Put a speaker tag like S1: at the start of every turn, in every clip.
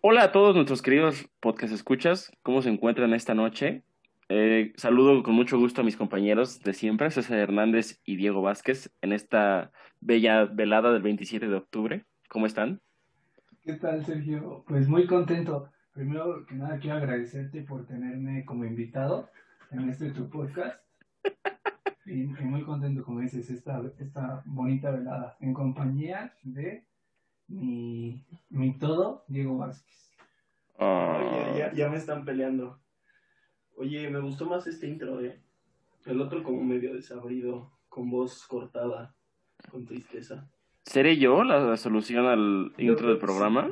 S1: Hola a todos nuestros queridos podcast escuchas, ¿cómo se encuentran esta noche? Eh, saludo con mucho gusto a mis compañeros de siempre, César Hernández y Diego Vázquez, en esta bella velada del 27 de octubre. ¿Cómo están?
S2: ¿Qué tal, Sergio? Pues muy contento. Primero que nada, quiero agradecerte por tenerme como invitado en este tu podcast. Y, y muy contento, como dices, esta, esta bonita velada en compañía de mi, mi todo, Diego Vázquez.
S3: Oye,
S1: Ah.
S3: ya, ya me están peleando. Oye, me gustó más este intro, ¿eh? El otro como medio desabrido, con voz cortada, con tristeza.
S1: ¿Seré yo la solución al
S3: Yo
S1: intro
S3: creo
S1: del
S3: que
S1: programa?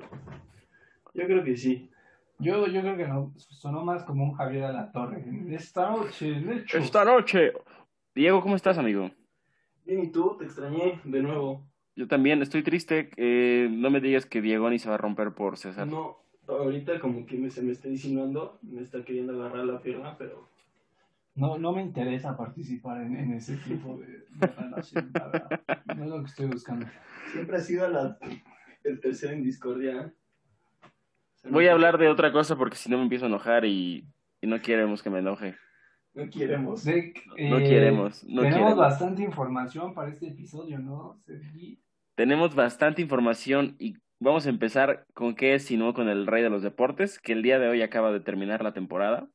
S3: Yo creo que sí.
S2: Yo, yo creo que no, sonó más como un Javier a la Torre. Esta noche, en el show.
S1: Esta noche. Diego, ¿cómo estás, amigo?
S3: Bien, ¿y tú? Te extrañé de nuevo.
S1: Yo también estoy triste. eh, no me digas que Diego ni se va a romper por César.
S3: No, ahorita como que me- se me está insinuando, me está queriendo agarrar la pierna, pero
S2: No, no me interesa participar en, en ese tipo de, de relación, la verdad. No es lo que estoy buscando.
S3: siempre ha sido la, el tercero en discordia. ¿eh? O sea, no-
S1: Voy a hablar de otra cosa porque si no me empiezo a enojar y, y no queremos que me enoje.
S3: No queremos.
S2: Sé que,
S1: No
S2: eh,
S1: queremos, no
S2: tenemos
S1: queremos.
S2: bastante información para este episodio, ¿no, Sergi?
S1: Tenemos bastante información y vamos a empezar con qué es, sino con el rey de los deportes, que el día de hoy acaba de terminar la temporada.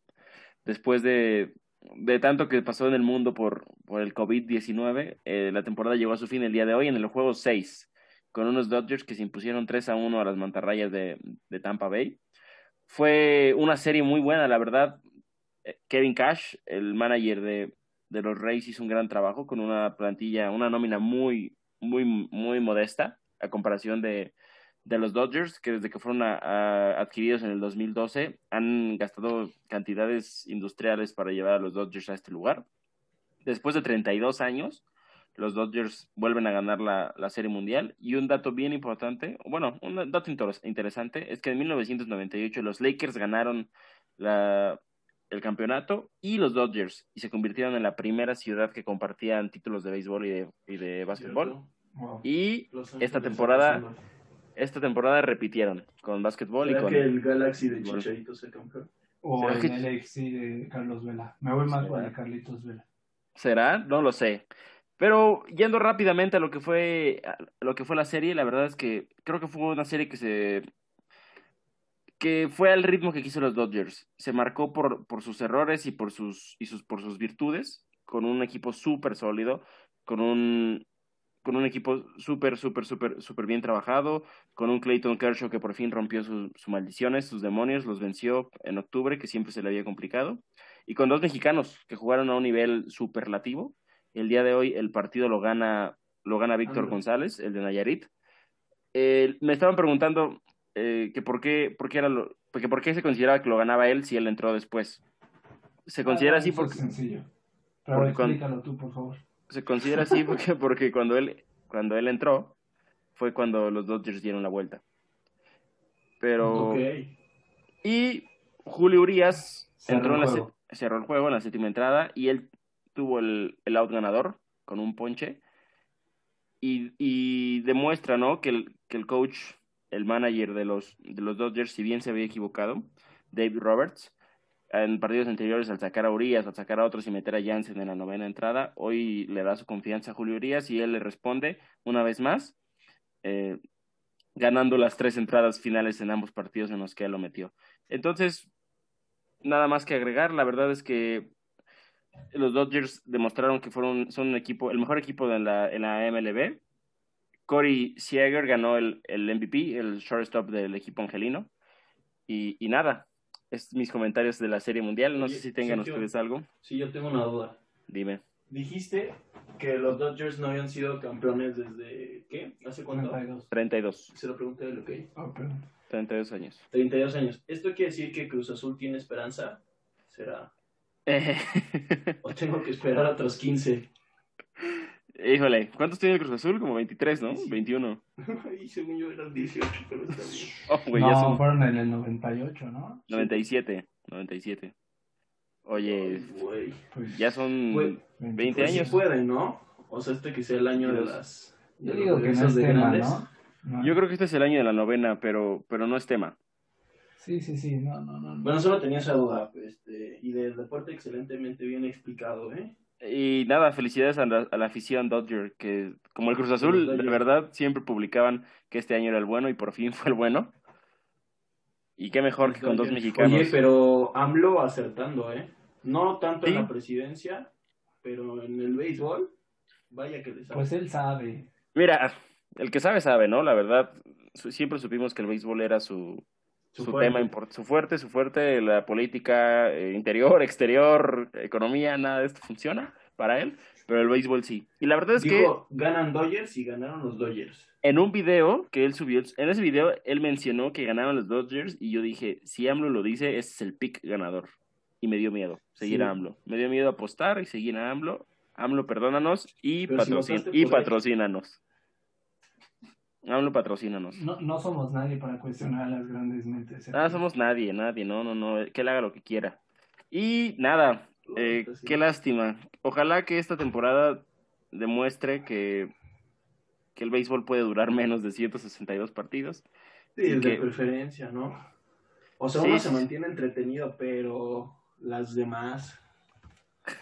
S1: Después de, de tanto que pasó en el mundo por, por el COVID-19, eh, la temporada llegó a su fin el día de hoy en el juego 6, con unos Dodgers que se impusieron 3 a 1 a las mantarrayas de, de Tampa Bay. Fue una serie muy buena, la verdad. Eh, Kevin Cash, el manager de, de los Rays, hizo un gran trabajo con una plantilla, una nómina muy, muy, muy modesta a comparación de, de los Dodgers, que desde que fueron a- a- adquiridos en el 2012 han gastado cantidades industriales para llevar a los Dodgers a este lugar. Después de 32 años, los Dodgers vuelven a ganar la, la Serie Mundial. Y un dato bien importante, bueno, un dato interes- interesante, es que en 1998 los Lakers ganaron la- el campeonato y los Dodgers y se convirtieron en la primera ciudad que compartían títulos de béisbol y de, y de básquetbol.
S3: ¿Cierto?
S2: Wow.
S1: Y
S3: Los
S1: Esta
S3: Ángeles,
S1: temporada-
S3: Arizona.
S1: esta temporada repitieron con básquetbol y
S3: ¿Será
S1: con...
S3: que el Galaxy de
S1: Bueno.
S3: Chicharito se campeón?
S2: O
S1: ¿Será
S2: el
S1: que-
S2: LX de Carlos Vela. Me voy más
S1: ¿Será?
S2: por el Carlitos Vela.
S1: ¿Será? No lo sé. Pero yendo rápidamente a lo que fue a lo que fue la serie, la verdad es que creo que fue una serie que se que fue al ritmo que quiso los Dodgers. Se marcó por, por sus errores y por sus y sus por sus virtudes con un equipo súper sólido, con un con un equipo súper súper súper súper bien trabajado, con un Clayton Kershaw que por fin rompió sus sus maldiciones, sus demonios, los venció en octubre, que siempre se le había complicado y con dos mexicanos que jugaron a un nivel superlativo. El día de hoy el partido lo gana, lo gana Víctor
S3: Ándale.
S1: González, el de Nayarit. Eh, me estaban preguntando eh, que por qué, por qué era lo, porque por qué se consideraba que lo ganaba él si él entró después. Se considera
S2: Ah,
S1: así
S2: eso es
S1: porque
S2: sencillo. Pero
S1: porque cuando-
S2: explícalo tú, por favor.
S1: se considera así porque, porque cuando él cuando él entró fue cuando los Dodgers dieron la vuelta. Pero
S3: Ok.
S1: Y Julio Urias
S2: Cerró
S1: entró en
S2: el
S1: la
S2: juego.
S1: se- cerró el juego en la séptima entrada y él tuvo el, el out ganador con un ponche. Y, y demuestra, ¿no? Que el, que el coach, el manager de los, de los Dodgers, si bien se había equivocado, Dave Roberts, en partidos anteriores al sacar a Urias, al sacar a otros y meter a Jansen en la novena entrada, hoy le da su confianza a Julio Urias y él le responde una vez más, eh, ganando las tres entradas finales en ambos partidos en los que él lo metió. Entonces, nada más que agregar, la verdad es que los Dodgers demostraron que fueron, son un equipo, el mejor equipo de la, en la MLB. Corey Seager ganó el, el MVP, el shortstop del equipo angelino. Y, y nada, es mis comentarios de la Serie Mundial. No
S3: Oye,
S1: sé si tengan
S3: Sergio.
S1: ustedes algo.
S3: Sí, yo tengo una duda.
S1: Dime.
S3: Dijiste que los Dodgers no habían sido campeones desde, ¿qué? ¿Hace cuánto?
S2: 32.
S1: 32.
S3: Se lo pregunté del OK.
S2: Ah, perdón.
S1: 32 años.
S3: 32 años. ¿Esto quiere decir que Cruz Azul tiene esperanza? ¿Será? ¿O tengo que esperar otros 15?
S1: Híjole, ¿cuántos tiene el Cruz Azul? Como 23, ¿no?
S3: Sí.
S1: 21.
S3: y según yo eran 18, pero está bien.
S1: Oh, güey, ya
S2: no,
S1: son
S2: fueron en el 98, ¿no?
S1: 97. 97. Oye,
S3: Ay, güey.
S2: Pues,
S1: Ya son
S3: Güey,
S1: 20
S3: Pues sí
S1: años.
S3: pueden, ¿no? O sea, este que sea el año de las...
S2: Yo
S3: de
S2: digo
S3: los
S2: que no
S3: regresos
S2: es tema, ¿no? No.
S1: Yo creo que este es el año de la novena, pero, pero no es tema.
S2: Sí, sí, sí, no, no, no. no.
S3: Bueno, solo tenía esa duda, este, y del deporte excelentemente bien explicado, ¿eh?
S1: Y nada, felicidades a la, a la afición Dodger, que como el Cruz
S3: Sí,
S1: Azul,
S3: Dodger.
S1: de verdad, siempre publicaban que este año era el bueno y por fin fue el bueno. Y qué mejor que con dos mexicanos.
S3: Oye, pero AMLO acertando, ¿eh? No tanto en
S1: Sí.
S3: la presidencia, pero en el béisbol, vaya que les
S2: Pues él sabe.
S1: Mira, el que sabe, sabe, ¿no? La verdad, su- siempre supimos que el béisbol era su, su, tema, impor- su fuerte, su fuerte, la política eh, interior, exterior, economía, nada de esto funciona para él, pero el béisbol sí. Y la verdad es que
S3: Digo, ganan Dodgers y ganaron los Dodgers.
S1: en un video que él subió, en ese video él mencionó que ganaron los Dodgers y yo dije, si AMLO lo dice, ese es el pick ganador. Y me dio miedo seguir
S3: Sí.
S1: a AMLO. Me dio miedo apostar y seguir a AMLO. AMLO, perdónanos y,
S3: Pero si
S1: patrocin-
S3: votaste
S1: y
S3: por él.
S1: patrocínanos. AMLO, patrocínanos.
S2: No, no somos nadie para cuestionar a las grandes mentes.
S1: Nada, Ah, somos nadie, nadie, no, no, no, que él haga lo que quiera. Y nada, eh,
S3: Puta, sí.
S1: qué lástima. Ojalá que esta temporada demuestre que, que el béisbol puede durar menos de 162 partidos.
S3: Sí, el de
S1: que-
S3: preferencia, ¿no? O sea,
S1: Sí,
S3: uno
S1: sí,
S3: se
S1: sí.
S3: mantiene entretenido, pero las demás.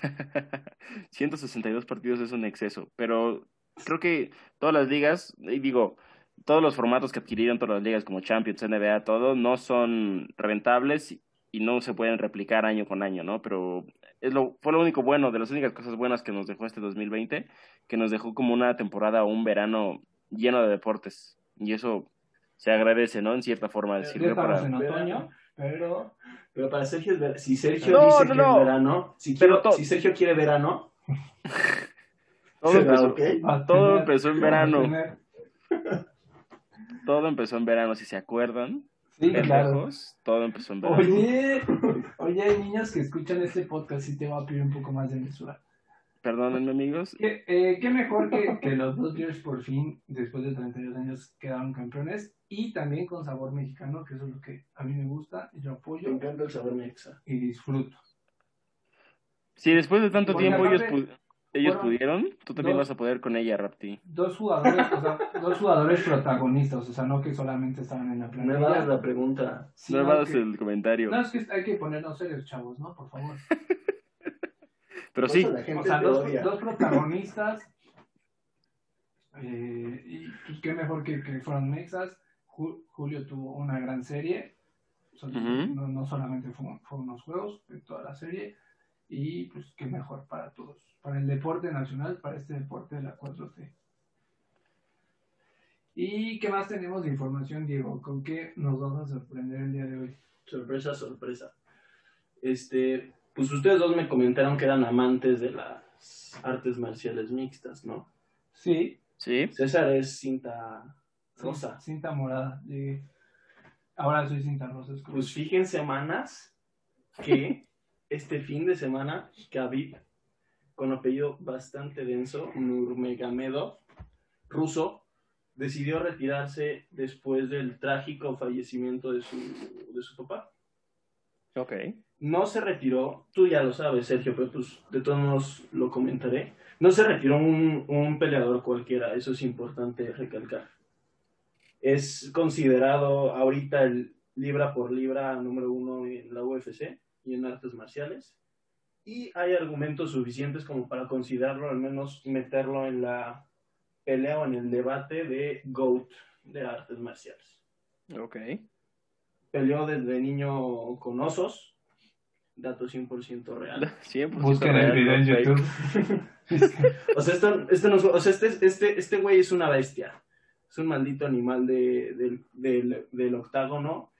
S1: 162 partidos es un exceso, pero creo que todas las ligas, y digo, todos los formatos que adquirieron todas las ligas como Champions, NBA, todo, no son rentables y no se pueden replicar año con año, ¿no? Pero es lo, fue lo único bueno, de las únicas cosas buenas que nos dejó este 2020, que nos dejó como una temporada o un verano lleno de deportes. Y eso se agradece, ¿no? En cierta forma.
S3: Pero
S1: sirvió
S2: ya estamos
S1: para...
S2: En
S3: Verano.
S2: otoño, pero
S3: Pero para Sergio, es ver- si Sergio
S1: No,
S3: dice
S1: no,
S3: que
S1: no.
S3: es verano, si,
S1: Pero
S3: quiero-
S1: to-
S3: si Sergio quiere verano,
S1: Todo
S3: será
S1: empezó-
S3: ok.
S2: va a
S1: Todo
S2: tener-
S1: empezó en
S2: va a
S1: verano.
S2: tener-
S1: Todo empezó en verano, si se acuerdan.
S2: Sí, claro.
S1: pendejos, todo empezó en verano.
S2: Oye, oye, hay niños que escuchan este podcast y te va a pedir un poco más de mesura.
S1: Perdónenme, amigos.
S2: ¿Qué, eh, qué mejor que, que los Dodgers por fin, después de 32 años, quedaron campeones y también con sabor mexicano, que eso es lo que a mí me gusta, yo
S3: Me
S2: apoyo
S3: encanta el sabor mexa.
S2: y disfruto.
S1: Si después de tanto
S2: Porque
S1: tiempo ellos,
S2: aparte,
S1: pu- ellos
S2: fueron
S1: pudieron, tú también
S2: dos-
S1: vas a poder con ella, Rapti.
S2: Dos jugadores, o sea, dos jugadores protagonistas, o sea, no que solamente estaban en la
S3: Me vale
S2: plantilla.
S3: la pregunta.
S1: no
S2: sino
S1: me hagas
S2: que-
S1: el comentario.
S2: No, es que hay que ponernos serios, chavos, ¿no? Por favor.
S1: Pero
S3: Por
S1: sí,
S3: eso La gente
S2: O sea,
S3: te
S2: dos,
S3: odia.
S2: dos protagonistas. eh, y pues, qué mejor que, que fueron Mexas. Ju- Julio tuvo una gran serie. O sea,
S1: Ujú.
S2: no, no solamente fue, fue unos juegos, fue toda la serie. Y pues qué mejor para todos. Para el deporte nacional, para este deporte de la 4T. ¿Y qué más tenemos de información, Diego? ¿Con qué nos vamos a sorprender el día de hoy?
S3: Sorpresa, sorpresa. Este, pues ustedes dos me comentaron que eran amantes de las artes marciales mixtas, ¿no?
S2: Sí,
S1: sí.
S3: César es cinta rosa.
S2: cinta morada. llegué. Ahora soy cinta rosa. es correcto.
S3: Pues fíjense, manas, que este fin de semana, Khabib, con apellido bastante denso, Nurmegamedo, ruso, decidió retirarse después del trágico fallecimiento de su, de su papá.
S1: Ok.
S3: No se retiró, tú ya lo sabes, Sergio, pero pues de todos modos lo comentaré. No se retiró un, un peleador cualquiera, eso es importante recalcar. Es considerado ahorita el libra por libra número uno en la UFC y en artes marciales. Y hay argumentos suficientes como para considerarlo, al menos meterlo en la pelea o en el debate de GOAT de artes marciales
S1: Ok.
S3: peleó desde niño con osos. Dato 100% real.
S1: 100%
S2: Busquen el
S1: pues, real,
S2: video en
S1: no fake.
S2: YouTube.
S3: O sea, esto, esto no es- o sea, este, este, este güey es una bestia. Es un maldito animal de- del- del- del octágono.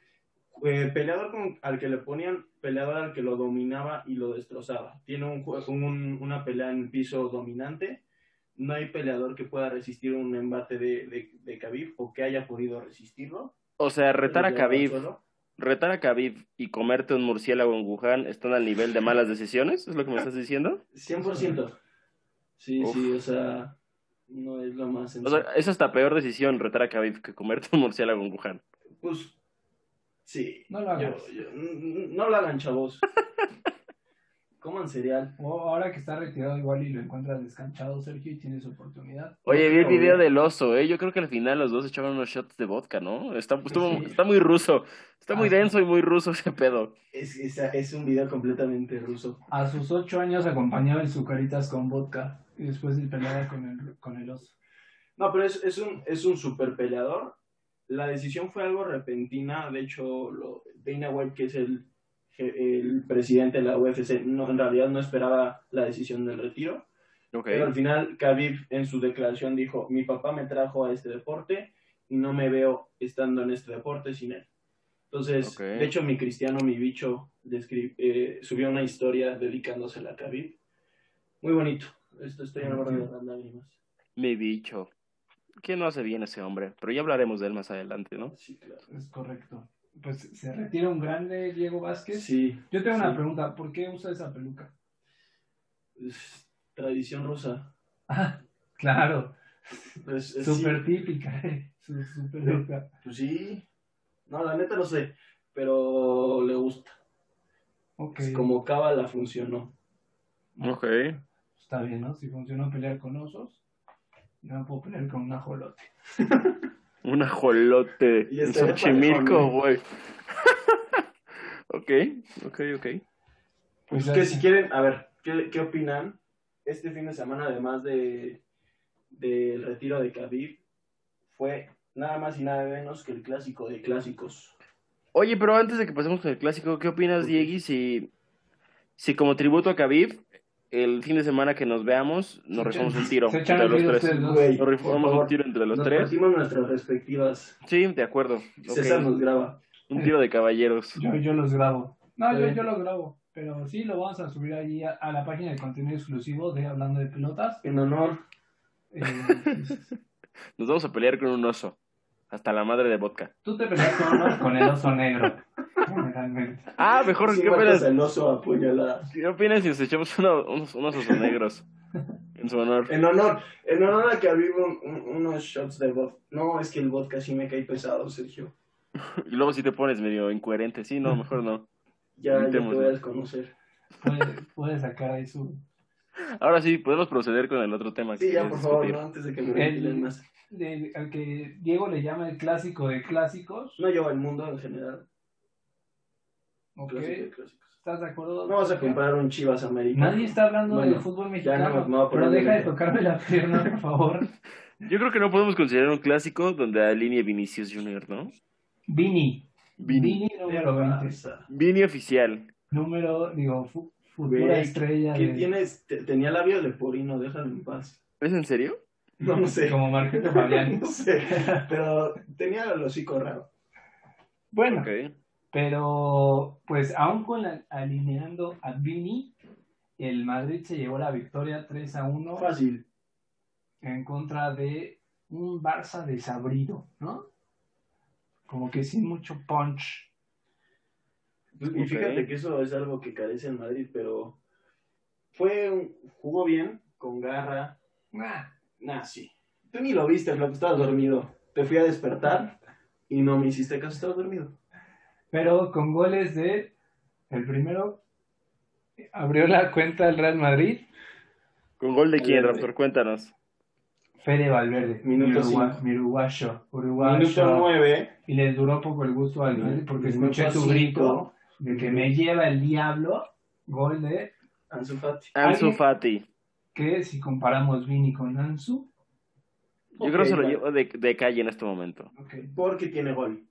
S3: Eh, peleador con- al que le ponían, peleador al que lo dominaba y lo destrozaba. Tiene un, jue- un- una pelea en piso dominante. No hay peleador que pueda resistir un embate de, de, de Khabib o que haya podido resistirlo.
S1: O sea, retar a
S3: Lo llevó al
S1: Khabib,
S3: suelo.
S1: retar a Khabib y comerte un murciélago en Wuhan están al nivel de malas decisiones, ¿es lo que me estás diciendo?
S3: 100%. Sí,
S1: Uf.
S3: sí, o sea, no es lo más
S1: O
S3: sencillo.
S1: sea, es hasta peor decisión retar a Khabib que comerte un murciélago en Wuhan.
S3: pues, sí.
S2: No lo hagas.
S3: Yo- yo- n- n- no lo hagan, chavos. Coman cereal.
S2: O ahora que está retirado igual y lo encuentras descanchado, Sergio, y tienes oportunidad.
S1: Oye, vi el
S3: Obvio.
S1: video del oso, ¿eh? Yo creo que al final los dos echaban unos shots de vodka, ¿no? Está, estuvo-
S3: Sí.
S1: está muy ruso. Está muy
S2: Ah, sí.
S1: denso y muy ruso ese pedo.
S3: Es, es, es un video completamente ruso.
S2: A sus ocho años acompañaba el Zucaritas con vodka y después el pelada con el, con el oso.
S3: No, pero es, es un, es un super peleador. La decisión fue algo repentina. De hecho, lo, Dana White, que es el, el presidente de la UFC, no, en realidad no esperaba la decisión del retiro.
S1: Ok.
S3: Pero al final, Khabib en su declaración dijo, mi papá me trajo a este deporte y no me veo estando en este deporte sin él. Entonces,
S1: Ok.
S3: de hecho, mi cristiano, mi bicho, descri- eh, subió una historia dedicándosela a Khabib. Muy bonito. Esto estoy en de las lágrimas.
S1: Mi bicho. ¿Quién no hace bien ese hombre? Pero ya hablaremos de él más adelante, ¿no?
S3: Sí, claro.
S2: Es correcto. Pues se retira un grande Diego Vázquez.
S3: Sí,
S2: Yo tengo una
S3: Sí.
S2: pregunta, ¿por qué usa esa peluca?
S3: es tradición rusa.
S2: Ah, claro,
S3: Es- es-
S2: súper
S3: sí,
S2: típica, eh, su, su peluca.
S3: pues sí. No, la neta no sé, pero le gusta.
S2: Ok,
S3: Es Como Cava la funcionó.
S1: Ok.
S2: está bien, ¿no? Si funcionó pelear con osos, no puedo pelear con un ajolote.
S1: Un ajolote
S3: Y
S1: en
S3: este era
S1: Xochimilco,
S3: parejón, ¿no?
S1: güey. ok, ok, ok.
S2: Pues
S3: Pues que si quieren, a ver, ¿qué, qué opinan? Este fin de semana, además de del retiro de Khabib, fue nada más y nada menos que el clásico de clásicos.
S1: Oye, pero antes de que pasemos con el clásico, ¿qué opinas, Diegui, si, si como tributo a Khabib, el fin de semana que nos veamos, nos rifamos un tiro
S2: Se echan
S1: entre
S2: el
S1: los
S2: tiro
S1: tres?
S2: ustedes dos.
S3: Güey.
S1: Nos rifamos
S3: Por favor.
S1: un tiro entre los
S3: Nos
S1: tres.
S3: partimos nuestras respectivas.
S1: Sí, de acuerdo. Ok.
S3: César nos graba.
S1: Un tiro de caballeros.
S2: Yo, yo los grabo. No,
S3: Está
S2: yo,
S3: bien.
S2: yo los grabo. Pero sí lo vamos a subir allí a, a la página de contenido exclusivo de Hablando de Pelotas.
S3: En honor.
S2: Eh,
S1: Nos vamos a pelear con un oso. Hasta la madre de vodka.
S2: tú te peleas con, unos- con el oso negro, generalmente.
S1: Ah, mejor,
S3: Sí,
S1: ¿qué
S3: Marcos
S1: opinas?
S3: el oso apuñalada.
S1: ¿Qué opinas si nos echamos uno- unos, unos osos negros? En su honor.
S3: En honor, en honor a Khabib, un- un- unos shots de vodka. No, es que el vodka sí me cae pesado, Sergio.
S1: Y luego si te pones medio incoherente. Sí, no, mejor no.
S3: Ya, ya te
S1: Intentémoslo.
S3: voy a desconocer.
S2: Puede, puede sacar ahí su.
S1: Ahora sí, podemos proceder con el otro tema que
S3: Sí, ya,
S1: querías
S3: por favor,
S1: discutir. Eh,
S3: no, antes de que me
S2: El-
S3: ventilen más.
S2: el- al que Diego le llama el clásico de clásicos.
S3: No lleva el mundo en general.
S2: ¿ok?
S3: Clásico de clásicos.
S2: ¿Estás de acuerdo?
S3: No vas a comprar un Chivas americano.
S2: Nadie está hablando
S3: Bueno,
S2: del fútbol
S3: ya
S2: mexicano.
S3: no, me voy
S2: pero
S3: a poner
S2: deja de
S3: nervioso.
S2: tocarme la pierna, por favor.
S1: Yo creo que no podemos considerar un clásico donde alinee Vinicius Jr., ¿no?
S2: Vini.
S1: Vini.
S2: Vini número 20.
S3: Ah,
S1: Vini oficial.
S2: Número, digo, fu- futura
S3: Güey,
S2: estrella.
S3: ¿Qué
S2: de-
S3: tienes? Te- tenía labios de porino, déjalo en paz.
S1: ¿Es en serio?
S2: Mm,
S3: No, no sé.
S2: Como Marquito Fabián.
S3: No sé. Pero tenía el hocico raro.
S2: Bueno,
S1: Ok.
S2: pero pues aún con la- alineando a Vini, el Madrid se llevó la victoria 3 a 1
S3: Fácil.
S2: en contra de un Barça desabrido, ¿no? Como que sin mucho punch.
S3: Y fíjate
S1: Ok.
S3: que eso es algo que carece en Madrid, pero fue un, jugó bien, con garra.
S2: Ah,
S3: Nah, sí. Tú ni lo viste, Flaco, estabas dormido. Te fui a despertar y no me hiciste caso, estabas dormido.
S2: Pero con goles de. El primero abrió la cuenta el Real Madrid,
S1: ¿Con gol de quién,
S3: Verde.
S1: Raptor? Cuéntanos.
S2: Fede Valverde,
S3: Minuto
S2: Mirugua-
S3: cinco.
S2: uruguayo,
S3: Minuto
S2: uruguayo.
S3: nueve.
S2: Y les duró poco el gusto al Madrid porque
S3: Minuto
S2: escuché su
S3: cinco.
S2: grito de que me lleva el diablo. Gol de
S3: Ansu Fati.
S1: Ansu
S2: ¿Alguien?
S1: Fati.
S2: que si comparamos Vini con Ansu,
S1: Yo creo que se
S3: Ok,
S1: lo
S3: vale.
S1: llevo de, de calle en este momento.
S3: Porque tiene gol.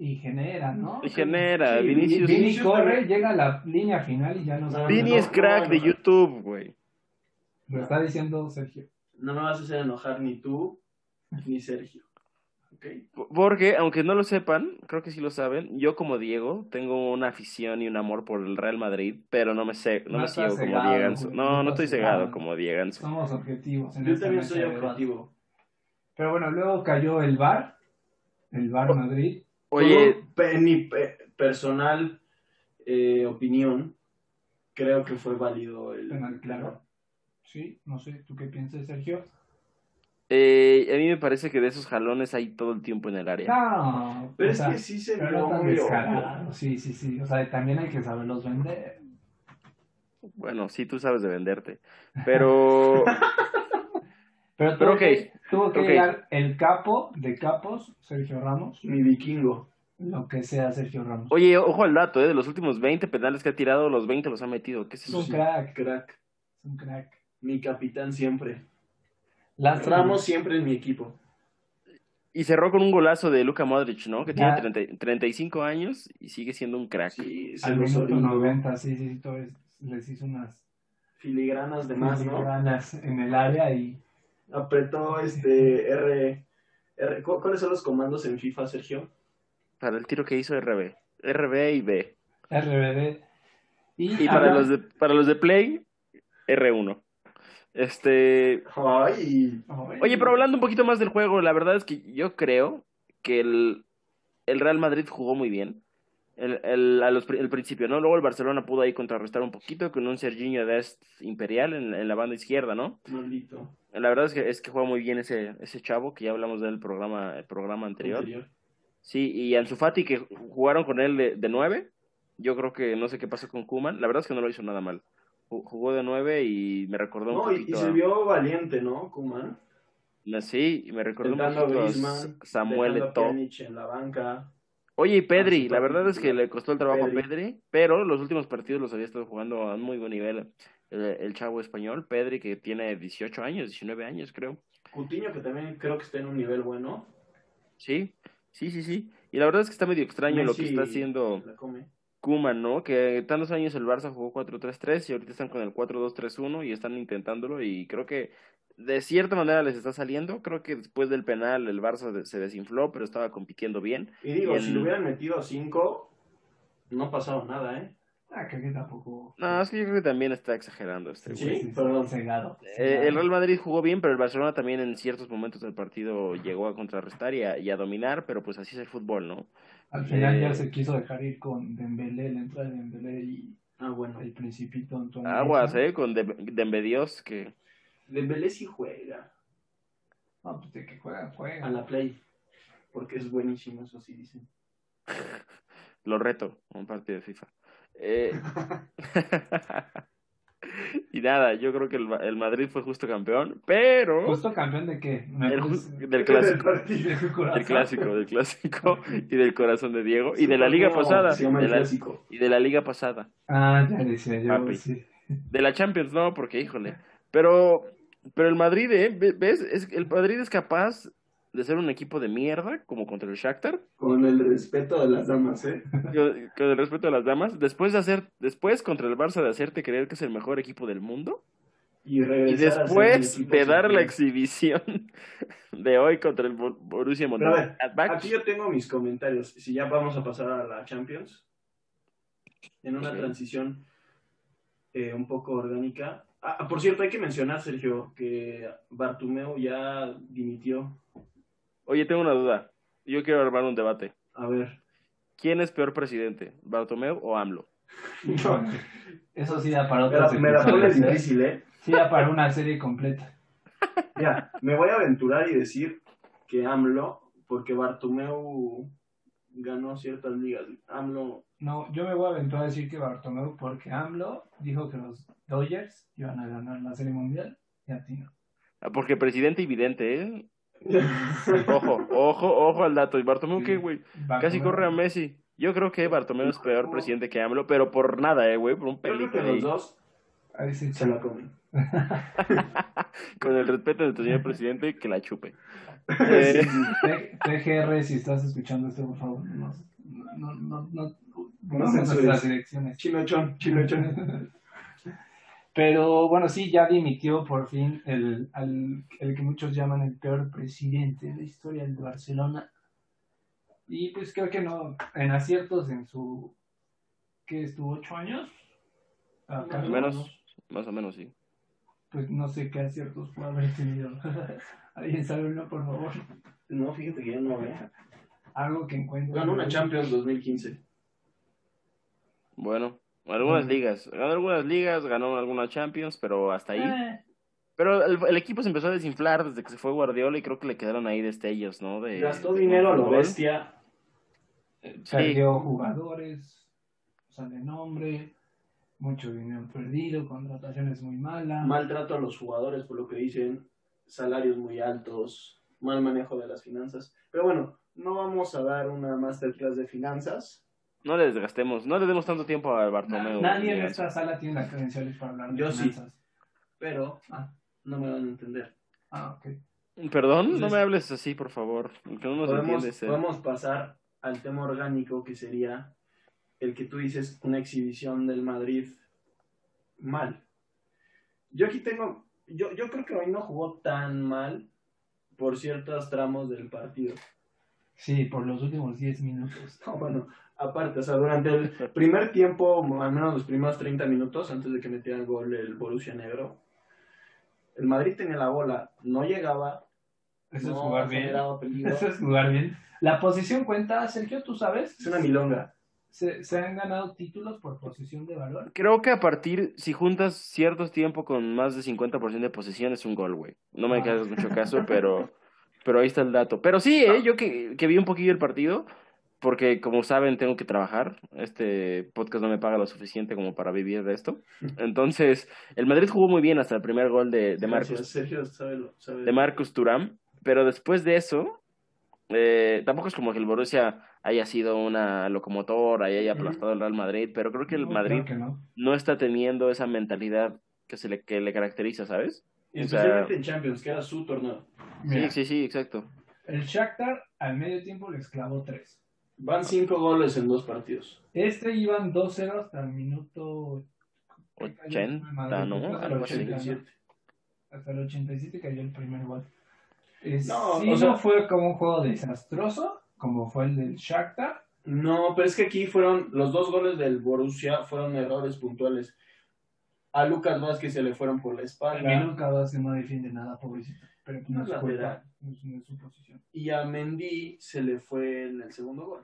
S2: y genera, ¿no?
S1: Y genera,
S3: Sí,
S1: Vinicius.
S2: Vini
S3: Vinicius
S2: corre,
S3: también.
S2: llega a la línea final y ya nos
S3: No,
S1: Vini
S3: no,
S1: es
S3: no,
S1: crack
S3: no,
S1: de
S3: no.
S1: YouTube, güey.
S2: lo está diciendo Sergio.
S3: No me vas a hacer enojar ni tú ni Sergio. ¿Ok?
S1: Porque, aunque no lo sepan, creo que sí lo saben, yo como Diego tengo una afición y un amor por el Real Madrid, pero no me, sé, no
S2: No
S1: me
S2: estás
S1: ciego como
S2: cegado,
S1: Diego Ansu.
S2: güey,
S1: No,
S2: no
S1: no
S2: estás
S1: estoy
S2: cegado.
S1: cegado como Diego Ansu.
S2: Somos objetivos. en
S3: Yo
S2: esta
S3: también
S2: mesa
S3: soy
S2: de debate.
S3: objetivo.
S2: Pero bueno, luego cayó el VAR, el VAR Madrid.
S1: Oye,
S3: Todo pe- mi pe- personal eh, opinión, creo que fue válido el.
S2: Penal, claro. Sí, no sé, ¿tú qué piensas, Sergio?
S1: eh, a mí me parece que de esos jalones hay todo el tiempo en el área.
S2: No,
S3: Pero
S2: o
S3: es
S2: sea,
S3: que sí se
S2: pero no
S3: vio
S2: tan
S3: muy obvio.
S2: descarado. Sí, sí, sí. O sea, también hay que saberlos vender.
S1: Bueno, sí, tú sabes de venderte. Pero. Pero
S2: Pero, tuvo
S1: ok,
S2: que- tuvo que
S1: ok.
S2: llegar el capo de capos, Sergio Ramos,
S3: Mi vikingo.
S2: lo que sea Sergio Ramos.
S1: Oye, ojo al dato, ¿eh? De los últimos 20 penales que ha tirado, los 20 los ha metido. ¿Qué es
S2: es un
S1: eso?
S3: sí.
S2: crack,
S3: Crack.
S2: es un crack.
S3: Mi capitán siempre.
S2: Lástima.
S3: Ramos siempre en mi equipo.
S1: Y cerró con un golazo de Luka Modric, ¿no? Que
S2: Ya.
S1: tiene 30 35 años y sigue siendo un crack.
S3: Sí, se
S2: al
S3: los
S2: minuto
S3: orinó.
S2: 90, sí, sí, sí, todo es- les hizo unas
S3: Filigranas de más, ¿no?
S2: filigranas en el área y
S3: Apretó este R. R- ¿cu- ¿Cuáles son los comandos en FIFA, Sergio?
S1: Para el tiro que hizo RB. RB y B.
S2: RBD. Y,
S1: Y para
S2: habla-
S1: los de, para los de Play, R1. Este.
S3: Ay.
S2: Ay,
S1: Oye, pero hablando un poquito más del juego, la verdad es que yo creo que el, el Real Madrid jugó muy bien. El, el- a los pri- el principio, ¿no? Luego el Barcelona pudo ahí contrarrestar un poquito con un Serginho Dest imperial en, en la banda izquierda, ¿no?
S3: Maldito.
S1: La verdad es que, es que juega muy bien ese, ese chavo que ya hablamos del programa, el programa anterior.
S3: Anterior.
S1: Sí, y Ansu Fati que jugaron con él de, de nueve. Yo creo que no sé qué pasó con Kuman. La verdad es que no lo hizo nada mal. Ju- Jugó de nueve y me recordó un
S3: No, y, y
S1: poquito.
S3: se
S1: a-
S3: vio valiente, ¿no? Kuman.
S1: Sí, y me recordó un
S3: Tentando a
S1: poquito a
S3: Griezmann,
S1: S- Samuel
S3: dejando a
S1: Eto'o.
S3: Pjanic en la banca.
S1: Oye, y Pedri,
S3: Ansu
S1: la
S3: Fati
S1: verdad es que
S3: titular.
S1: le costó el trabajo
S3: Pedri.
S1: a Pedri, pero los últimos partidos los había estado jugando a un muy buen nivel el, el chavo español, Pedri, que tiene 18 años, 19 años, creo.
S3: Cutiño, que también creo que está en un nivel bueno.
S1: Sí, sí, sí, sí. Y la verdad es que está medio extraño lo que
S3: Messi
S1: está haciendo
S3: La come.
S1: Kuman, ¿no? Que tantos años el Barça jugó 4-3-3 y ahorita están con el 4-2-3-1 y están intentándolo y creo que de cierta manera les está saliendo. Creo que después del penal el Barça de- se desinfló, pero estaba compitiendo bien.
S3: Y digo,
S1: Y
S3: si
S1: el-
S3: le hubieran metido cinco, no pasaba nada, ¿eh?
S2: Ah, creo que tampoco.
S1: No, es que yo creo que también está exagerando este
S3: Sí,
S1: güey.
S3: perdón.
S2: Cegado.
S1: Eh, el Real Madrid jugó bien, pero el Barcelona también en ciertos momentos del partido llegó a contrarrestar y a, y a dominar, pero pues así es el fútbol, ¿no?
S2: Al final
S1: eh,
S2: ya se quiso dejar ir con Dembélé, la entrada de Dembélé y
S3: Ah, bueno.
S2: el principito Antoine.
S1: Aguas,
S2: Griezmann.
S1: ¿eh? Con Dem- Dembe Dios, que
S3: Dembélé sí juega
S2: No, pues de que juegan,
S3: a
S2: juegan.
S3: la play. Porque es buenísimo, eso sí dicen.
S1: lo reto a un partido de FIFA. Eh, y nada, yo creo que el, Ma- el Madrid fue justo campeón, pero
S2: ¿Justo campeón de qué? Me
S1: el
S2: puse-
S1: ju- del clásico,
S2: de su corazón.
S1: del clásico, del clásico y del corazón de Diego y de la liga
S3: Como
S1: pasada,
S3: Se llama
S1: de
S3: el
S1: la-
S3: clásico.
S1: y de la liga pasada.
S2: Ah, ya decía yo.
S1: Papi.
S2: sí.
S1: De la Champions, no, porque híjole. Pero, pero el Madrid, ¿eh? Ve- ¿Ves? Es- el Madrid es capaz de ser un equipo de mierda, como contra el Shakhtar,
S3: Con el respeto de las damas, ¿eh?
S1: yo- con el respeto a las damas, después de hacer, después contra el Barça de hacerte creer que es el mejor equipo del mundo,
S3: Y,
S1: y
S3: regresar a ser el
S1: después
S3: equipo
S1: de dar la
S3: campeón.
S1: exhibición de hoy contra el Bo- Borussia
S3: Pero a ver,
S1: Mönchengladbach.
S3: Aquí yo tengo mis comentarios. Si ya vamos a pasar a la Champions, en una
S1: Ok.
S3: transición eh, un poco orgánica. Ah, por cierto, hay que mencionar, Sergio, que Bartumeo ya dimitió.
S1: Oye, tengo una duda. Yo quiero armar un debate.
S3: A ver,
S1: ¿Quién es peor presidente, Bartomeu o AMLO?
S3: No.
S2: Eso sí da para
S3: me
S2: otra
S3: la, me la pones
S2: sección.
S3: difícil, ¿eh?
S2: Sí da para una serie completa.
S3: Mira, me voy a aventurar y decir que AMLO, porque Bartumeo ganó ciertas ligas. AMLO,
S2: No, yo me voy a aventurar a decir que Bartomeu porque AMLO dijo que los Dodgers iban a ganar la serie mundial y a ti no.
S1: Ah, Porque presidente y vidente, ¿eh? Ojo, ojo, ojo al dato. ¿Y Bartomeu qué, güey? Casi
S2: Bartomeu-
S1: corre a Messi. Yo creo que Bartomeu es peor presidente que AMLO, pero por nada, eh, güey, por un
S3: yo creo que
S1: pelito
S3: los
S1: ahí.
S3: dos
S2: Ahí sí,
S3: se la comen.
S1: Con el respeto de tu señor presidente, que la chupe.
S2: Sí,
S1: Eh,
S2: sí. T- TGR, si estás escuchando esto, por favor, no, no, no, no, no,
S3: No
S2: sé
S3: censures.
S2: nuestras direcciones.
S3: Chinochón, chinochón.
S2: Pero bueno, sí, ya dimitió por fin el, al- el que muchos llaman el peor presidente de la historia del Barcelona. Y pues creo que no, en aciertos en su... que estuvo? ¿Ocho años? A cargo.
S1: menos. más o menos, sí.
S2: Pues no sé qué aciertos puede haber tenido. ¿Alguien sabe uno, por favor?
S3: No, fíjate que ya no, ¿eh?
S2: Algo que encuentre.
S3: Ganó una Champions 2015.
S1: Bueno, algunas
S2: Mm.
S1: ligas. Ganó algunas ligas, ganó algunas Champions, pero hasta ahí.
S2: Eh,
S1: Pero el, el equipo se empezó a desinflar desde que se fue Guardiola y creo que le quedaron ahí destellos, ¿no?
S2: Eh,
S1: De,
S3: Gastó
S1: de
S3: dinero a lo
S1: fútbol.
S3: bestia.
S1: Sí.
S2: perdió jugadores, o sea, de nombre, mucho dinero perdido, contrataciones muy malas.
S3: Maltrato a los jugadores, por lo que dicen, salarios muy altos, mal manejo de las finanzas. Pero bueno, no vamos a dar una masterclass de finanzas.
S1: No le desgastemos, no le demos tanto tiempo a Bartomeu.
S2: Nadie en
S1: Miguel.
S2: esta sala tiene las credenciales para hablar de
S3: Yo sí.
S2: finanzas.
S3: Pero
S2: Ah.
S3: no me van a entender.
S2: Ah, ok.
S1: Perdón, no
S3: Entonces-
S1: me hables así, por favor. Que no nos
S3: Podemos,
S1: entiendes, eh.
S3: podemos pasar al tema orgánico, que sería el que tú dices, una exhibición del Madrid mal. Yo aquí tengo, yo, yo creo que hoy no jugó tan mal por ciertos tramos del partido.
S2: Sí, por los últimos 10 minutos.
S3: No, bueno, aparte, o sea, durante el primer tiempo, o al menos los primeros 30 minutos, antes de que metiera el gol el Borussia Negro, el Madrid tenía la bola, no llegaba,
S2: Eso es
S3: no
S2: jugar bien.
S3: generaba peligro.
S2: Eso es jugar bien. La posición cuenta, Sergio, tú sabes,
S3: Es una milonga.
S2: se, se han ganado títulos por posición de valor.
S1: Creo que a partir, si juntas ciertos tiempo con más de 50% de posesión, es un gol, güey. No me
S2: Ah.
S1: hagas mucho caso, pero, pero ahí está el dato. Pero sí, eh, yo que, que vi un poquillo el partido, porque como saben, tengo que trabajar. Este podcast no me paga lo suficiente como para vivir de esto. Entonces, el Madrid jugó muy bien hasta el primer gol de, de Marcos
S3: Gracias, Sergio, sábelo, sábelo.
S1: de Marcus Turam, pero después de eso, eh, tampoco es como que el Borussia haya sido una locomotora y haya
S3: Ujú.
S1: aplastado al Real Madrid, pero creo que el
S2: No,
S1: Madrid
S2: claro que no.
S1: no está teniendo esa mentalidad que se le, que le caracteriza, ¿sabes?
S3: Y
S1: O
S3: especialmente
S1: sea-
S3: en Champions, que era su torneo.
S2: Mira,
S1: Sí, sí, sí, exacto.
S2: el Shakhtar al medio tiempo les clavó 3.
S3: Van cinco goles en dos partidos.
S2: Este iban 2-0 hasta el minuto...
S1: Ochenta, ¿no?
S2: Hasta el
S1: Algo así.
S2: 87. Hasta el 87 cayó el primer gol. Eh,
S3: No,
S2: sí,
S3: o sea-
S2: no fue como un juego desastroso, como fue el del Shakhtar.
S3: No, pero es que aquí fueron los dos goles del Borussia fueron errores puntuales. A Lucas Vázquez se le fueron por la
S2: El
S3: espalda
S2: minuto 12 no defiende nada, pobrecito. Pero no es culpa,
S3: No, lateral.
S2: no es- no es su posición.
S3: y a Mendy se le fue en el segundo gol.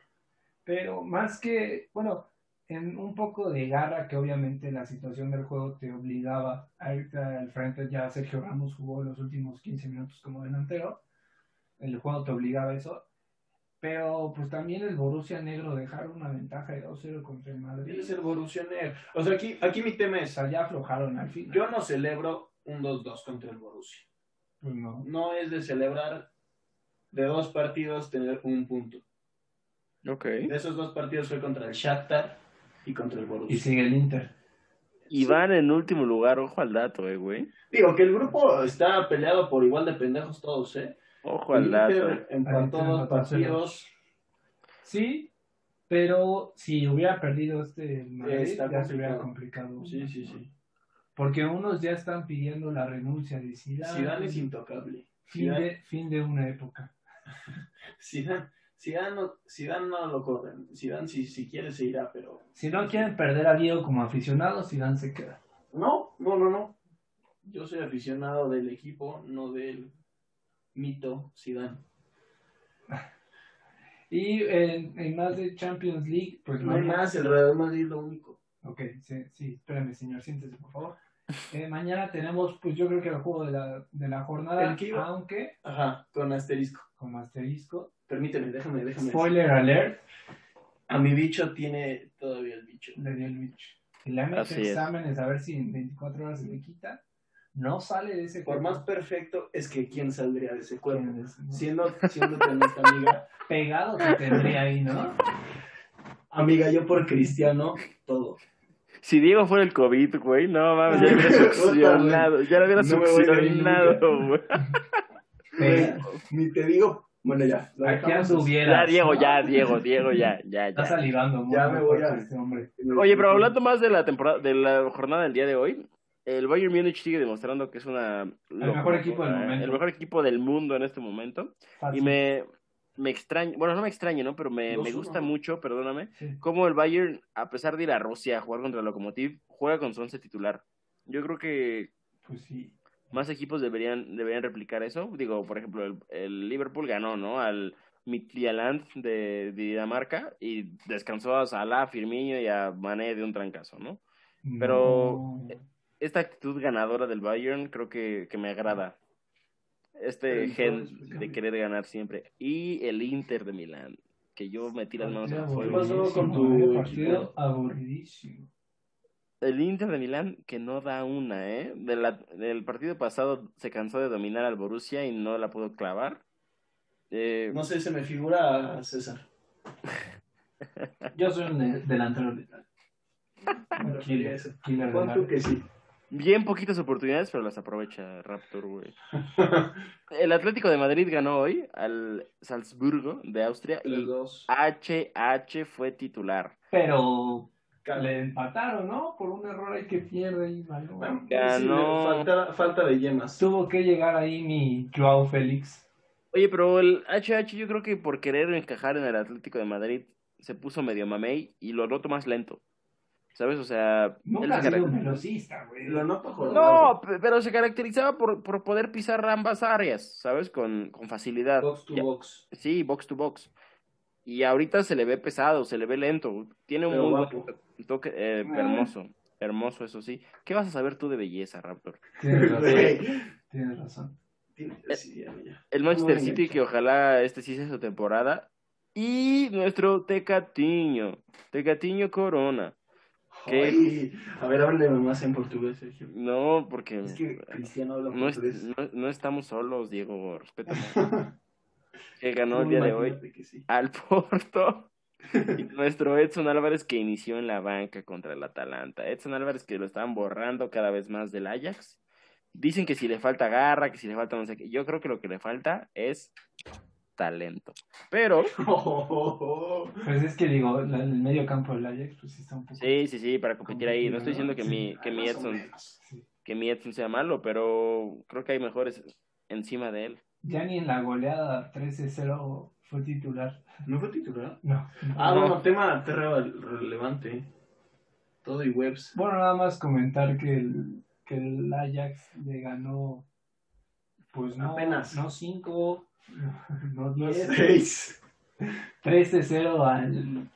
S2: Pero más que, bueno, en un poco de garra que obviamente la situación del juego te obligaba a irte al frente, ya Sergio Ramos jugó los últimos 15 minutos como delantero, el juego te obligaba a eso, pero pues también el Borussia Negro dejar una ventaja de 2-0 contra el Madrid,
S3: Es el Borussia Negro. O sea, aquí, aquí mi tema
S2: o
S3: es,
S2: sea, ya aflojaron al final.
S3: yo no celebro un 2-2 contra el Borussia.
S2: Pues no.
S3: No es de celebrar de dos partidos tener un punto.
S1: Ok.
S3: De esos dos partidos fue contra el Shakhtar y contra el
S2: Y
S3: Borussia.
S2: sigue el Inter.
S1: Y van en último lugar, ojo al dato, eh, güey.
S3: Digo que el grupo está peleado por igual de pendejos todos, ¿eh?
S1: Ojo al dato.
S3: Inter empató
S2: Ahí
S3: dos
S2: está,
S3: partidos.
S2: Sí, pero si hubiera perdido este el Madrid,
S3: Eh, Está
S2: ya se hubiera complicado.
S3: Sí, sí, sí.
S2: Porque unos ya están pidiendo la renuncia de Zidane.
S3: Zidane es intocable.
S2: fin,
S3: Zidane-
S2: de, fin de una época.
S3: Zidane, Zidane, no, Zidane no lo corren. Zidane si, si quiere se irá, pero...
S2: Si no quieren perder a Diego como aficionado, Zidane se queda.
S3: No, no, no, no. Yo soy aficionado del equipo, no del mito Zidane.
S2: Y en, en más de Champions League, pues
S3: No hay
S2: mañana-
S3: más, el Real Madrid lo único.
S2: Ok, sí, sí, espérame, señor, siéntese, por favor. Eh, mañana tenemos, pues yo creo que el juego de la, de la jornada,
S3: El que iba-
S2: aunque
S3: Ajá, con asterisco.
S2: con asterisco.
S3: Permíteme, déjame, déjame.
S2: Spoiler alert,
S3: A mi bicho tiene todavía el bicho.
S2: le dio el bicho. Y Le han hecho
S1: Así es.
S2: exámenes a ver si en 24 horas se le quita. No sale de ese
S3: Por
S2: cuerpo.
S3: más perfecto, es que quién saldría de ese cuerpo.
S2: ¿no?
S3: Siendo, siendo tan esta amiga,
S2: Pegado que tendría ahí, ¿no?
S3: amiga, yo por cristiano, todo.
S1: Si Diego fuera el COVID, güey, no mames, ya lo hubiera
S3: Puta, güey.
S1: succionado. Ya lo hubiera
S3: No me voy a ir
S1: succionado, güey.
S2: Pegado.
S3: Ni te digo, bueno, ya. lo
S2: Aquí
S3: dejamos así.
S2: anduvieras.
S1: Ya, Diego, ya, Diego, Diego, ya, ya,
S2: Está
S1: ya.
S2: salivando mucho.
S3: Ya me voy a-
S2: Este hombre.
S1: Oye, pero hablando más de la temporada, de la jornada del día de hoy, el Bayern Múnich sigue demostrando que es una el
S2: mejor equipo del momento.
S1: el mejor equipo del mundo en este momento. Y
S2: Fácil.
S1: me, me extraña, bueno, no me extraña, ¿no? Pero me, me
S3: 2-1.
S1: gusta mucho, perdóname,
S2: Sí.
S1: cómo el Bayern, a pesar de ir a Rusia a jugar contra el Lokomotiv, juega con su once titular. Yo creo que
S2: Pues sí.
S1: más equipos deberían, deberían replicar eso. Digo, por ejemplo, el, el Liverpool ganó, ¿no? Al Midtjylland de Dinamarca y descansó a Salah, Firmino y a Mané de un trancazo, ¿no? Pero- eh,
S2: No.
S1: Esta actitud ganadora del Bayern creo que, que me agrada. Este
S3: Pero
S1: gen
S3: entonces, pues,
S1: de
S3: ¿qué?
S1: querer ganar siempre. Y el Inter de Milán, que yo me tiro las manos a
S2: Partido
S1: la
S3: ¿Qué pasó
S1: fuego.
S3: con
S2: aburridísimo,
S3: tu
S2: eh, partido
S3: equipo?
S2: aburridísimo?
S1: el Inter de Milán que no da una, ¿eh? De la- del partido pasado se cansó de dominar al Borussia y no la pudo clavar. Eh,
S3: No sé, se me figura a César.
S2: Yo soy un de- delantero letal. Un
S3: Bueno,
S2: killer,
S3: eso.
S2: killer de
S3: Pon tú
S2: mar.
S3: que sí.
S1: Bien poquitas oportunidades, pero las aprovecha Raptor, güey. El Atlético de Madrid ganó hoy al Salzburgo de Austria
S3: Los
S1: y
S3: dos.
S1: HH fue titular.
S2: Pero le empataron, ¿no? Por un error ahí que pierde ahí, Maluma.
S3: Bueno,
S1: Ganó.
S3: sí, falta, falta de yemas.
S2: Tuvo que llegar ahí mi Joao Félix.
S1: Oye, pero el HH yo creo que por querer encajar en el Atlético de Madrid se puso medio mamey y lo noto más lento. ¿Sabes? O sea, él
S2: Nunca ha
S1: se
S2: sido
S1: carac-
S2: un velocista, güey.
S3: Lo noto jorobado.
S1: No, pe- pero se caracterizaba por, por poder pisar ambas áreas, ¿sabes? Con, con facilidad.
S3: Box to
S1: Ya-
S3: box.
S1: Sí, box to box. Y ahorita se le ve pesado, se le ve lento. Tiene un
S3: Pero
S1: muy
S3: guapo.
S1: buen toque, eh,
S2: Ah.
S1: hermoso, hermoso, eso sí. ¿Qué vas a saber tú de belleza, Raptor?
S2: Tienes razón.
S3: Güey.
S2: Tienes razón.
S3: Tiene- sí, ya, ya.
S1: El Manchester
S3: Muy bien
S1: City,
S3: hecho.
S1: que ojalá este sí sea su temporada. Y nuestro Tecatiño, Tecatiño Corona. ¿Qué?
S3: Ay, A ver, hábleme más en portugués, Sergio.
S1: No, porque
S3: Es que Cristiano habla
S1: no, es-
S3: portugués.
S1: no- no estamos solos, Diego, respétame. que ganó el día de hoy.
S3: Imagínate que sí.
S1: al Porto. Y nuestro Edson Álvarez que inició en la banca contra el Atalanta. Edson Álvarez que lo están borrando cada vez más del Ajax. Dicen que si le falta garra, que si le falta no sé qué. Yo creo que lo que le falta es talento. Pero,
S2: Pues es que digo, la- el medio campo del Ajax, pues sí está un poco.
S1: sí, sí, sí, para competir ahí. No estoy diciendo que mi, que mi
S3: Más o
S1: Edson,
S3: menos.
S2: Sí.
S1: que mi Edson sea malo, pero creo que hay mejores encima de él.
S2: Ya ni en la goleada 13-0 fue titular.
S3: ¿No fue titular?
S2: No.
S3: Ah,
S1: No.
S3: bueno, tema, tema relevante. Todo y webs.
S2: Bueno, nada más comentar que el, que el Ajax le ganó, pues no,
S3: Apenas.
S2: no 5, no 10,
S3: Seis.
S2: 13-0 al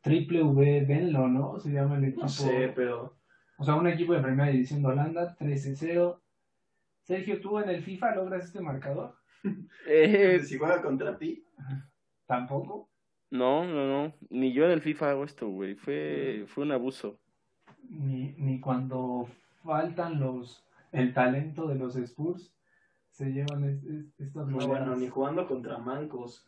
S2: Triple V Venlo, ¿no? Se llama el equipo.
S3: No sé, pero
S2: O sea, un equipo de primera división de Holanda, 13-0. Sergio, ¿tú en el FIFA logras este marcador?
S1: Eh,
S3: pues, si juega contra ti,
S2: Tampoco.
S1: no, no, no. Ni yo en el FIFA hago esto, güey.
S2: Mm.
S1: Fue, fue un abuso.
S2: Ni, ni cuando faltan los el talento de los Spurs se llevan es- es- estas
S3: no, bueno,
S2: goleadas.
S3: ni jugando contra mancos.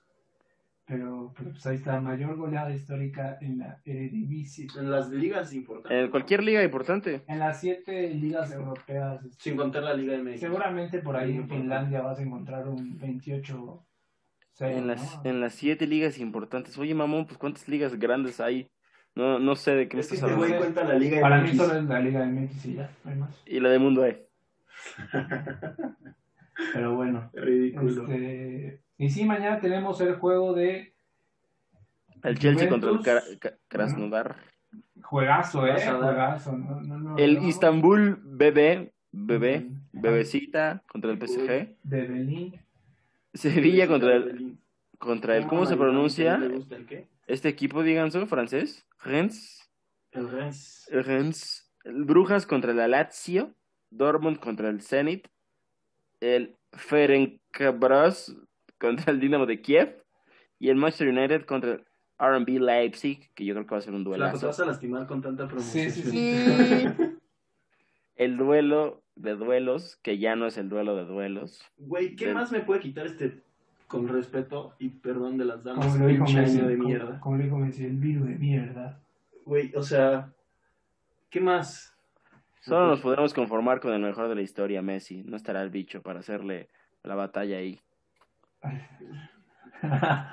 S2: Pero, pero, pues ahí está, la mayor goleada histórica en la Eredivisie.
S3: En las ligas
S2: Ah,
S3: importantes.
S1: En Eh, cualquier liga importante.
S2: En las siete ligas europeas. este,
S3: Sin contar la Liga de México.
S2: Seguramente por ahí en Finlandia vas a encontrar un 28 cero,
S1: En las,
S2: ¿no?
S1: en las siete ligas importantes. Oye, mamón, pues ¿cuántas ligas grandes hay? No, no sé de qué me
S3: Es que
S1: estás
S3: este
S1: hablando.
S3: güey cuenta la Liga de
S2: Para mí
S3: México.
S2: solo es la Liga de MX y ya, no hay más.
S1: Y la de Mundo E.
S2: Pero bueno.
S3: Ridículo.
S2: Este, y sí, mañana tenemos el juego de
S1: El Chelsea contra el Kra-
S2: Juventus.
S1: Ka- Krasnodar.
S2: juegazo, ¿eh?
S3: Vas a dar.
S2: Juegazo. No, no, no,
S1: El
S2: no.
S1: Istanbul bebé, bebé,
S2: Ujú.
S1: bebecita contra el PSG.
S2: De Belín.
S3: Este,
S1: Sevilla contra el, contra
S2: Ah,
S1: el, ¿cómo se pronuncia?
S3: ¿Te gusta el qué?
S1: Este equipo, díganse, francés. Rennes.
S3: El Rennes.
S1: El Rennes. El Brujas contra la Lazio. Dortmund contra el Zenit. El Ferencváros contra el Dinamo de Kiev. Y el Manchester United contra el RB Leipzig, que yo creo que va a ser un
S3: Flaco, te
S1: duelazo.
S3: vas a lastimar con tanta pronunciación.
S2: Sí, sí, sí.
S1: Y el duelo de duelos, que ya no es el duelo de duelos.
S3: Güey, ¿qué
S1: Del-
S3: más me puede quitar este con respeto y perdón de las damas?
S2: Como lo dijo
S3: pinche
S2: Messi.
S3: año de
S2: como-
S3: mierda.
S2: como lo dijo Messi, el virus de mierda.
S3: Güey, o sea, ¿qué más?
S1: Solo nos podremos conformar con el mejor de la historia, Messi. No estará el bicho para hacerle la batalla ahí.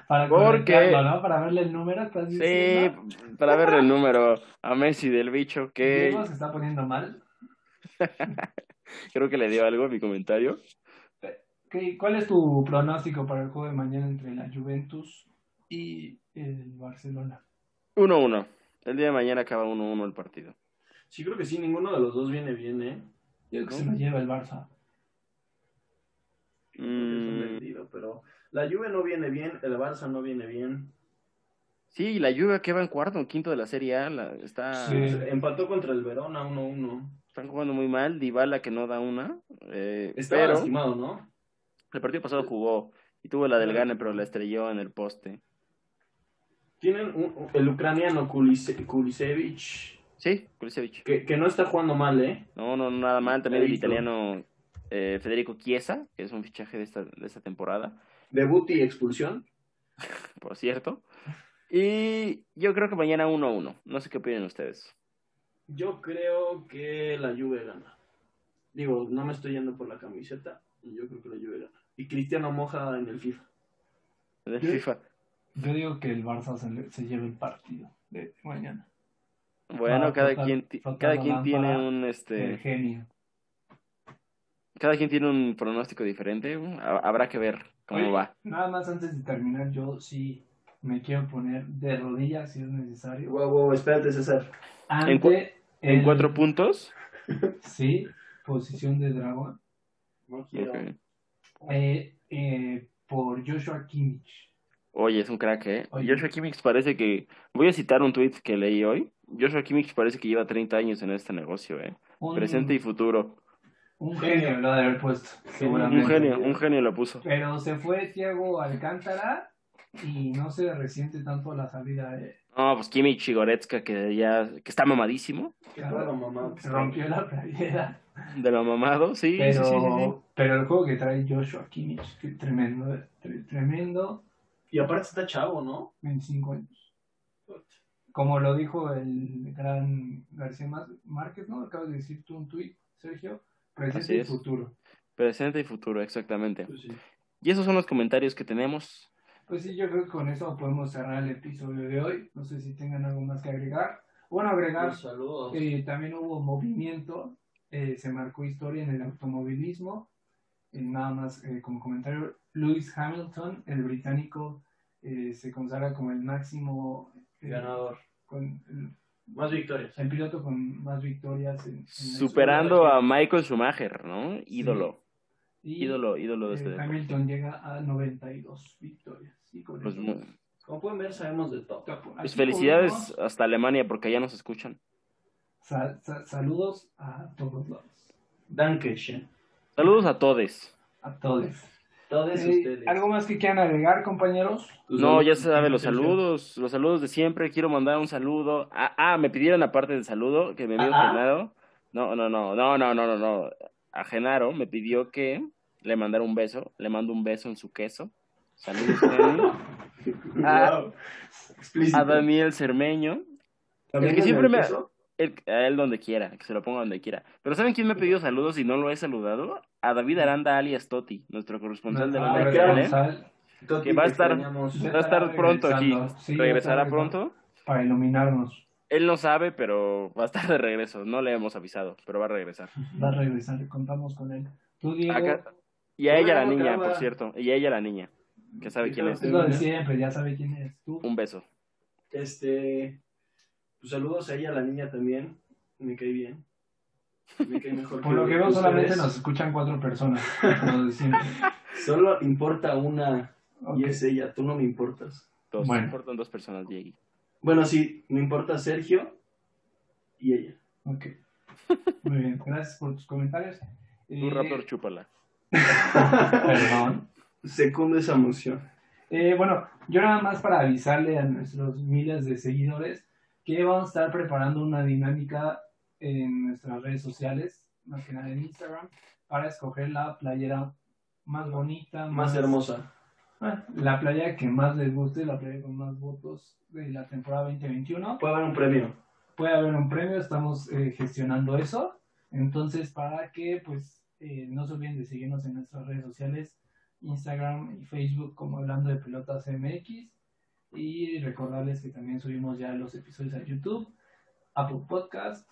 S2: para
S1: Porque-
S2: correctarlo, ¿no? Para verle el número, ¿estás
S1: Sí,
S2: diciendo?
S1: para verle el número a Messi del bicho que...
S2: Diego se está poniendo mal.
S1: Creo que le dio algo a mi comentario.
S2: ¿Qué- ¿Cuál es tu pronóstico para el juego de mañana entre la Juventus y el Barcelona?
S1: 1-1. El día de mañana acaba 1-1 el partido.
S3: Sí, creo que sí, ninguno de los dos viene bien, ¿eh?
S2: Yo creo que se lo lleva el Barça.
S3: Creo que Es un
S1: Mm.
S3: vendido, pero la Juve no viene bien, el Barça no viene bien.
S1: Sí, y la Juve que va en cuarto o quinto de la Serie A. la- está,
S2: Sí.
S3: Empató contra el Verona 1-1.
S1: Están jugando muy mal. Dybala que no da una. eh,
S3: Estaba
S1: pero
S3: lastimado, Ah. ¿no?
S1: el partido pasado jugó y tuvo la del gane, pero la estrelló en el poste.
S3: Tienen un- un- el ucraniano Kulise- Kulisevich
S1: Sí, Kulisevich.
S3: Que, que no está jugando mal, ¿eh?
S1: No, no, nada mal. También el
S3: Listo.
S1: italiano eh, Federico Chiesa, que es un fichaje de esta, de esta temporada,
S3: Debut y expulsión.
S1: por cierto. Y yo creo que mañana 1 a 1. No sé qué opinan ustedes.
S3: Yo creo que la Juve gana. Digo, no me estoy yendo por la camiseta. Yo creo que la Juve gana. Y Cristiano moja en el FIFA.
S1: Del
S3: Yo-
S1: FIFA.
S2: Yo digo que el Barça se, le- se lleva el partido de mañana.
S1: Bueno,
S2: Ah,
S1: cada
S2: falta-
S1: quien ti-
S2: falta
S1: cada
S2: la
S1: quien tiene
S2: lámpara
S1: un
S2: El
S1: este
S2: genio.
S1: cada quien tiene un pronóstico diferente. Ha- Habrá que ver cómo
S2: Oye,
S1: va.
S2: Nada más antes de terminar, yo sí me quiero poner de rodillas si es necesario.
S3: Wow, wow, espérate, César.
S1: En cua-
S2: Ante
S1: En
S2: el-
S1: cuatro puntos.
S2: Sí, posición de dragón.
S3: No quiero.
S1: Ok.
S2: Eh, eh, por Joshua Kimmich.
S1: Oye, es un crack, ¿eh?
S2: Oye.
S1: Joshua Kimmich parece que voy a citar un tweet que leí hoy. Joshua Kimmich parece que lleva 30 años en este negocio, ¿eh?
S2: Un,
S1: Presente y futuro.
S2: un genio lo ha de haber puesto, seguramente.
S1: Un genio, un genio lo puso.
S2: Pero se fue Thiago Alcántara y no se resiente tanto la salida. eh.
S1: No, pues Kimmich y Goretzka que ya que está mamadísimo
S3: Qué raro, mamá.
S2: Se rompió la playera.
S1: de lo mamado, sí, sí,
S2: Pero,
S1: sí, sí, sí.
S2: pero el juego que trae Joshua Kimmich, que tremendo, eh, tre- tremendo,
S3: Y aparte está chavo, ¿no? Pues
S2: 25 años. Como lo dijo el gran García Má- Márquez, ¿no? Acabas de decir tú un tuit, Sergio,
S1: Así
S2: presente y
S1: es.
S2: futuro.
S1: Presente y futuro, exactamente.
S3: Pues sí.
S1: Y esos son los comentarios que tenemos.
S2: Pues sí, yo creo que con eso podemos cerrar el episodio de hoy. No sé si tengan algo más que agregar. Bueno, agregar
S3: Pues saludos.
S2: Eh, también hubo movimiento, eh, se marcó historia en el automovilismo. Eh, nada más eh, como comentario, Lewis Hamilton, el británico, eh, se consagra como el máximo, eh,
S3: Ganador.
S2: con- el,
S3: Más victorias.
S2: el piloto con más victorias. En, en la
S1: Superando
S2: historia.
S1: a Michael Schumacher, ¿no? Ídolo,
S2: Y,
S1: ídolo, ídolo de
S2: eh,
S1: este deporte.
S2: Hamilton llega a 92 victorias. Y con
S1: Pues,
S2: eso,
S1: mu-
S3: Como pueden ver, sabemos de todo.
S2: capo- aquí
S1: pues felicidades
S2: ponemos
S1: hasta Alemania porque allá nos escuchan.
S2: sal- sal- saludos a todos lados,
S3: Dankeschön.
S1: Saludos a todes.
S2: a todos.
S3: Todos
S2: Eh,
S3: ustedes.
S2: ¿Algo más que quieran agregar, compañeros?
S3: Tus
S1: No,
S3: saludos.
S1: ya se sabe los saludos, los saludos de siempre. Quiero mandar un saludo. Ah, ah, me pidieron aparte del saludo que me dio
S3: Ah, ah.
S1: Genaro. No, no, no, no, no, no, no, no. A Genaro me pidió que le mandara un beso. Le mando un beso en su queso. Saludos Geni. Ah.
S3: Wow. Explícito.
S1: a Daniel Cermeño.
S3: ¿También
S1: el que siempre
S3: en el
S1: me-
S3: queso?
S1: Él- a él donde quiera, que se lo ponga donde quiera. Pero ¿saben quién me ha pedido saludos y no lo he saludado? A David Aranda alias Toti, nuestro corresponsal de la
S3: Ah,
S1: NFL,
S3: claro.
S1: ¿eh?
S3: Toti,
S1: que va a
S3: te
S1: estar-
S3: extrañamos.
S2: Sí.
S1: Va a estar pronto aquí.
S2: Regresando. Sí, ya está
S1: Regresará
S2: regresando.
S1: pronto.
S2: Para iluminarnos,
S1: Él no sabe, pero va a estar de regreso. No le hemos avisado, pero va a regresar.
S2: va a regresar, contamos con él. Tú, Diego,
S1: Acá- Y a
S3: Hola,
S1: ella la
S3: ¿cómo te
S1: niña,
S3: va?
S1: por cierto. Y a ella la niña, que sabe quién es.
S2: es lo de siempre, ya sabe quién eres tú.
S1: Un beso.
S3: Este, pues saludos a ella, a la niña también. Me cae bien. Me cae mejor.
S2: Por lo que veo, solamente
S3: ustedes.
S2: nos escuchan cuatro personas, lo de siempre.
S3: Solo importa una
S2: Ok.
S3: y es ella. Tú no me importas.
S1: Dos.
S2: Bueno.
S1: Importan dos personas, Diego.
S3: Bueno, sí, me importa Sergio y ella.
S2: ok. Muy bien, gracias por tus comentarios. Eh,
S1: Un raptor chúpala.
S2: Perdón.
S3: Secundo esa emoción.
S2: Eh, bueno, yo nada más para avisarle a nuestros miles de seguidores que vamos a estar preparando una dinámica en nuestras redes sociales, más que nada en Instagram, para escoger la playera más bonita,
S3: Más hermosa.
S2: ah, la playera que más les guste, la playera con más votos de la temporada 2021.
S3: Puede haber un premio.
S2: Puede haber un premio, estamos eh, gestionando eso. Entonces, para que pues eh, no se olviden de seguirnos en nuestras redes sociales, Instagram y Facebook como Hablando de Pelotas MX. Y recordarles que también subimos ya los episodios a YouTube, Apple Podcast,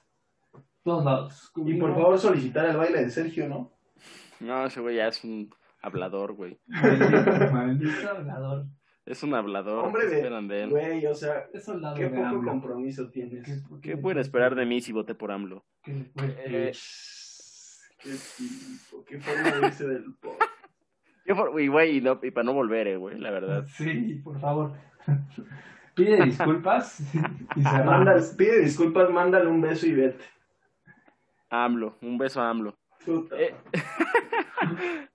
S2: todos lados.
S3: Y por favor solicitar el baile de Sergio, ¿no?
S1: No, ese güey ya es un hablador, güey.
S2: Maldito, maldito hablador.
S1: Es un hablador.
S3: Hombre
S1: ¿Qué
S3: de-
S1: esperan de él?
S3: Güey, o sea,
S2: Es soldado
S3: qué
S2: de
S3: poco
S2: AMLO.
S3: compromiso tienes.
S2: ¿Qué-
S1: ¿Qué pueden esperar de mí si voté por AMLO?
S2: ¿Qué le puede-
S1: Eh,
S3: Qué tipo, qué forma de irse del po.
S1: yo por- Y, güey, y, no- y para no volver, eh, güey, la verdad.
S2: Sí, por favor. Pide disculpas y
S3: Manda-
S2: cerramos.
S3: pide disculpas, mándale un beso y vete.
S1: AMLO. Un beso a AMLO.
S3: Puta.
S1: Eh,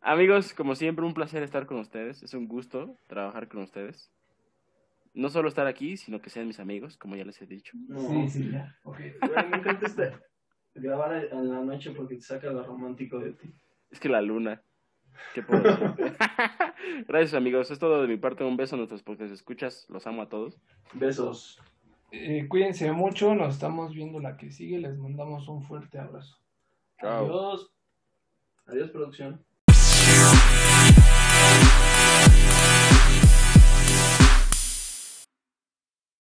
S1: Amigos, como siempre, un placer estar con ustedes. Es un gusto trabajar con ustedes. no solo estar aquí, sino que sean mis amigos, como ya les he dicho.
S3: No.
S2: Sí, sí, ya. Ok.
S3: Güey, me encanta este- grabar en la noche porque te saca lo romántico de ti.
S1: Es que la luna. ¿Qué puedo decir? Gracias, amigos. Es todo de mi parte. Un beso a nuestros podcasts. Escuchas, los amo a todos.
S3: Besos.
S2: Eh, cuídense mucho, nos estamos viendo la que sigue, les mandamos un fuerte abrazo. Adiós.
S3: Adiós, producción.